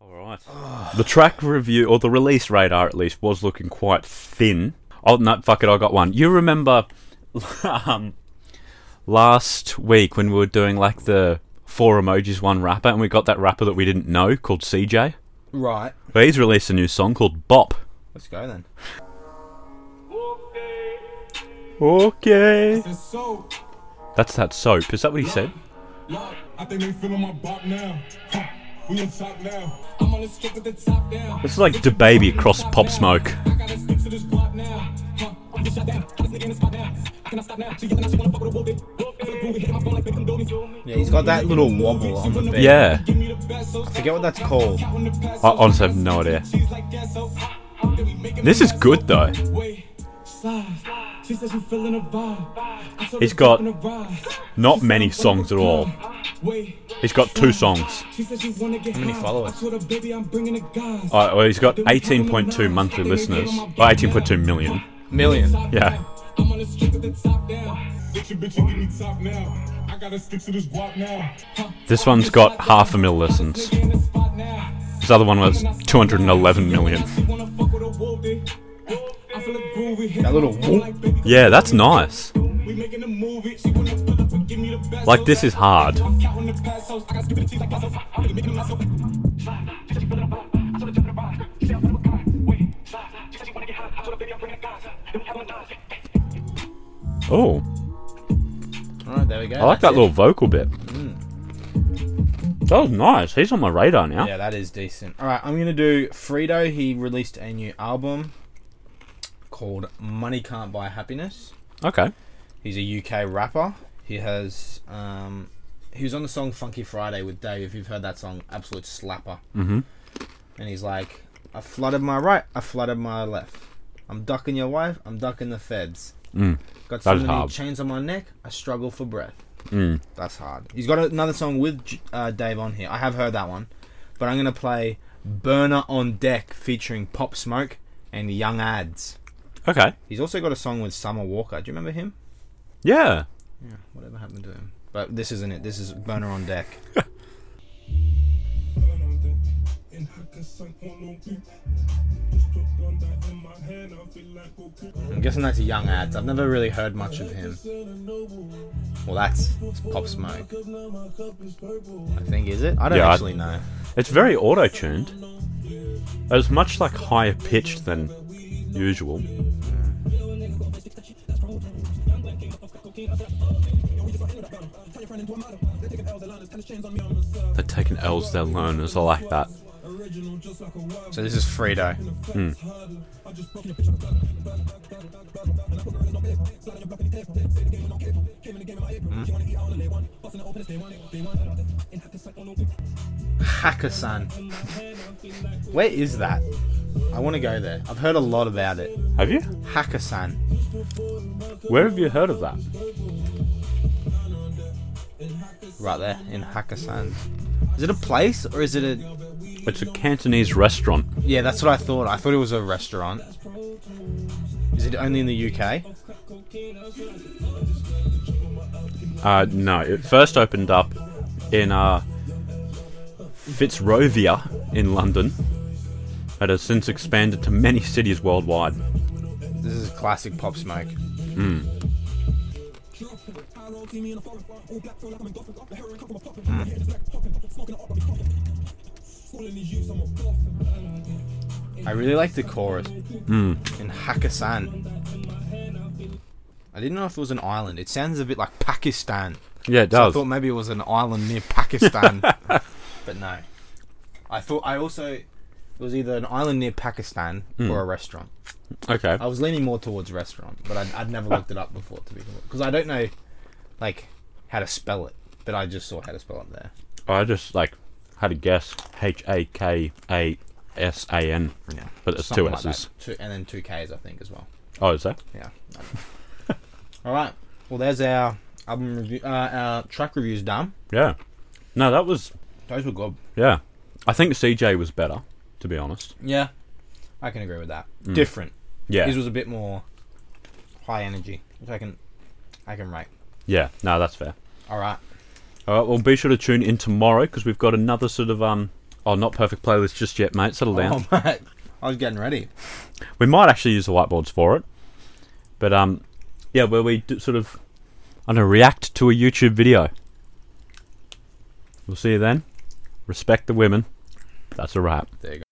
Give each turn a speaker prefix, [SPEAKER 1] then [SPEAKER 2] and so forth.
[SPEAKER 1] nice.
[SPEAKER 2] The track review, or the release radar at least, was looking quite thin. Oh, no, fuck it, I got one. You remember um, last week when we were doing like the four emojis, one rapper, and we got that rapper that we didn't know called CJ?
[SPEAKER 3] Right.
[SPEAKER 2] Well, he's released a new song called Bop.
[SPEAKER 3] Let's go then.
[SPEAKER 2] Okay.
[SPEAKER 4] And so,
[SPEAKER 2] That's that soap. Is that what he said?
[SPEAKER 4] look, I think they feeling my bop now. Huh, We on top now. I'm on the stick with the top down.
[SPEAKER 2] This is like DaBaby cross Pop Smoke.
[SPEAKER 4] I gotta stick to this block now. Huh, I'm just shut down. Got this nigga in the spot now. I cannot stop now. She yelling out, she wanna fuck with a whoopee. Feel the groovy, hit my phone like they condone me.
[SPEAKER 3] Yeah, he's got that little wobble on the beat.
[SPEAKER 2] Yeah.
[SPEAKER 4] Give me the best, so
[SPEAKER 3] Forget what that's called.
[SPEAKER 2] I honestly have no idea.
[SPEAKER 4] she's like that, so hot. Then we making
[SPEAKER 2] This
[SPEAKER 4] the
[SPEAKER 2] is
[SPEAKER 4] best,
[SPEAKER 2] good
[SPEAKER 4] so-
[SPEAKER 2] though.
[SPEAKER 4] Wait, slide. She said she feeling a vibe. I told
[SPEAKER 2] He's
[SPEAKER 4] her
[SPEAKER 2] got
[SPEAKER 4] jump in the
[SPEAKER 2] not
[SPEAKER 4] ride. She said
[SPEAKER 2] many
[SPEAKER 4] I'm
[SPEAKER 2] songs at all.
[SPEAKER 4] Wait,
[SPEAKER 2] He's got two songs.
[SPEAKER 4] She said she wanna get How
[SPEAKER 3] many followers?
[SPEAKER 4] I told her, baby, I'm bringing the guys.
[SPEAKER 2] Uh, well, he's got 18.2 monthly listeners. Or 18.2 million.
[SPEAKER 3] Million.
[SPEAKER 2] Yeah.
[SPEAKER 4] I'm on the strip with the top down. Bitch, you bitch, you give me top now. I gotta stick to this block now. Huh,
[SPEAKER 2] This one's got half a mil listens.
[SPEAKER 4] nigga in the spot now.
[SPEAKER 2] This other one was 211 million.
[SPEAKER 4] She wanna fuck with a wolf, eh? I feel it groovy. Hit
[SPEAKER 3] That little
[SPEAKER 4] my phone
[SPEAKER 3] whoop.
[SPEAKER 4] like, baby,
[SPEAKER 2] Yeah, that's nice.
[SPEAKER 4] we making a movie. She wanna pull up and give me the best.
[SPEAKER 2] Like, this is hard.
[SPEAKER 4] I'm counting the pesos. I gotta skip the cheese like that. So hot. I'm really making a mess. So slide. She said she feeling a vibe. I told her jump in the ride. She said I'm feeling a vibe. Wait, slide. She said she wanna get high. I told her, baby, I'm bringing the guys. Then we having a dance.
[SPEAKER 2] Oh,
[SPEAKER 3] Alright, there we go.
[SPEAKER 2] I like that
[SPEAKER 3] That's it.
[SPEAKER 2] little vocal bit. That was nice. He's on my radar now.
[SPEAKER 3] Yeah, that is decent. Alright, I'm gonna do Frito. He released a new album called Money Can't Buy Happiness.
[SPEAKER 2] Okay.
[SPEAKER 3] He's a UK rapper. He has um he was on the song Funky Friday with Dave, if you've heard that song, absolute slapper.
[SPEAKER 2] Mm-hmm.
[SPEAKER 3] And he's like, I flooded my right, I flooded my left. I'm ducking your wife, I'm ducking the feds.
[SPEAKER 2] Mm. That
[SPEAKER 3] Got so
[SPEAKER 2] is
[SPEAKER 3] many
[SPEAKER 2] hard.
[SPEAKER 3] chains on my neck, I struggle for breath.
[SPEAKER 2] Mm.
[SPEAKER 3] That's hard. He's got another song with J- uh, Dave on here. I have heard that one, but I'm gonna play "Burner on Deck" featuring Pop Smoke and Young Ads.
[SPEAKER 2] Okay.
[SPEAKER 3] He's also got a song with Summer Walker. Do you remember him?
[SPEAKER 2] Yeah.
[SPEAKER 3] Yeah. Whatever happened to him? But this isn't it. This is "Burner on Deck."
[SPEAKER 4] And I can suck on the week. Just put Blondie in my hand, I feel like
[SPEAKER 3] I'm guessing that's Young Ads. I've never really heard much of him. Well, that's it's Pop Smoke. I think is it? I don't
[SPEAKER 2] Yeah, I-
[SPEAKER 3] actually know.
[SPEAKER 2] It's very auto tuned. It was much like higher pitched than usual. They're taking L's, they're learners. I like that.
[SPEAKER 3] So this is Hmm? Frito.
[SPEAKER 2] Hmm.
[SPEAKER 3] Hakkasan. Where is that? I want to go there. I've heard a lot about it.
[SPEAKER 2] Have you?
[SPEAKER 3] Hakkasan.
[SPEAKER 2] Where have you heard of that?
[SPEAKER 3] Right there in Hakkasan. Is it a place or is it a.
[SPEAKER 2] It's a Cantonese restaurant.
[SPEAKER 3] Yeah, that's what I thought. I thought it was a restaurant. Is it only in the UK?
[SPEAKER 2] Uh, no, it first opened up in uh, Fitzrovia in London. It has since expanded to many cities worldwide.
[SPEAKER 3] This is classic Pop Smoke. Hmm. I really like the chorus in Hakkasan. I didn't know if it was an island. It sounds a bit like Pakistan.
[SPEAKER 2] Yeah, it
[SPEAKER 3] So I
[SPEAKER 2] does.
[SPEAKER 3] thought maybe it was an island near Pakistan, but no. I thought I also it was either an island near Pakistan
[SPEAKER 2] Hmm.
[SPEAKER 3] or a restaurant.
[SPEAKER 2] okay.
[SPEAKER 3] I was leaning more towards restaurant, but I'd, I'd never looked it up before to be because I don't know like how to spell it, but I just saw how to spell it there.
[SPEAKER 2] I just like had a guess. H A K A S A N.
[SPEAKER 3] Yeah,
[SPEAKER 2] But it's two
[SPEAKER 3] like
[SPEAKER 2] S's.
[SPEAKER 3] that. Two, and then two K's I think as well.
[SPEAKER 2] Oh, is that?
[SPEAKER 3] Yeah. All right. Well, there's our album review. Uh, our track reviews done.
[SPEAKER 2] Yeah. No, that was
[SPEAKER 3] Those were good.
[SPEAKER 2] yeah. I think CJ was better, to be honest.
[SPEAKER 3] Yeah, I can agree with that.
[SPEAKER 2] Hmm.
[SPEAKER 3] Different.
[SPEAKER 2] Yeah.
[SPEAKER 3] His was a bit more high energy, which I can I can rate.
[SPEAKER 2] yeah. No, that's fair.
[SPEAKER 3] All right.
[SPEAKER 2] All right. Well, be sure to tune in tomorrow because we've got another sort of um Oh, not perfect playlist just yet, mate. Settle down.
[SPEAKER 3] Oh, mate. I was getting ready.
[SPEAKER 2] We might actually use the whiteboards for it, but um, yeah, where we do sort of, I don't know, react to a YouTube video. We'll see you then. Respect the women. That's a wrap.
[SPEAKER 3] There you go.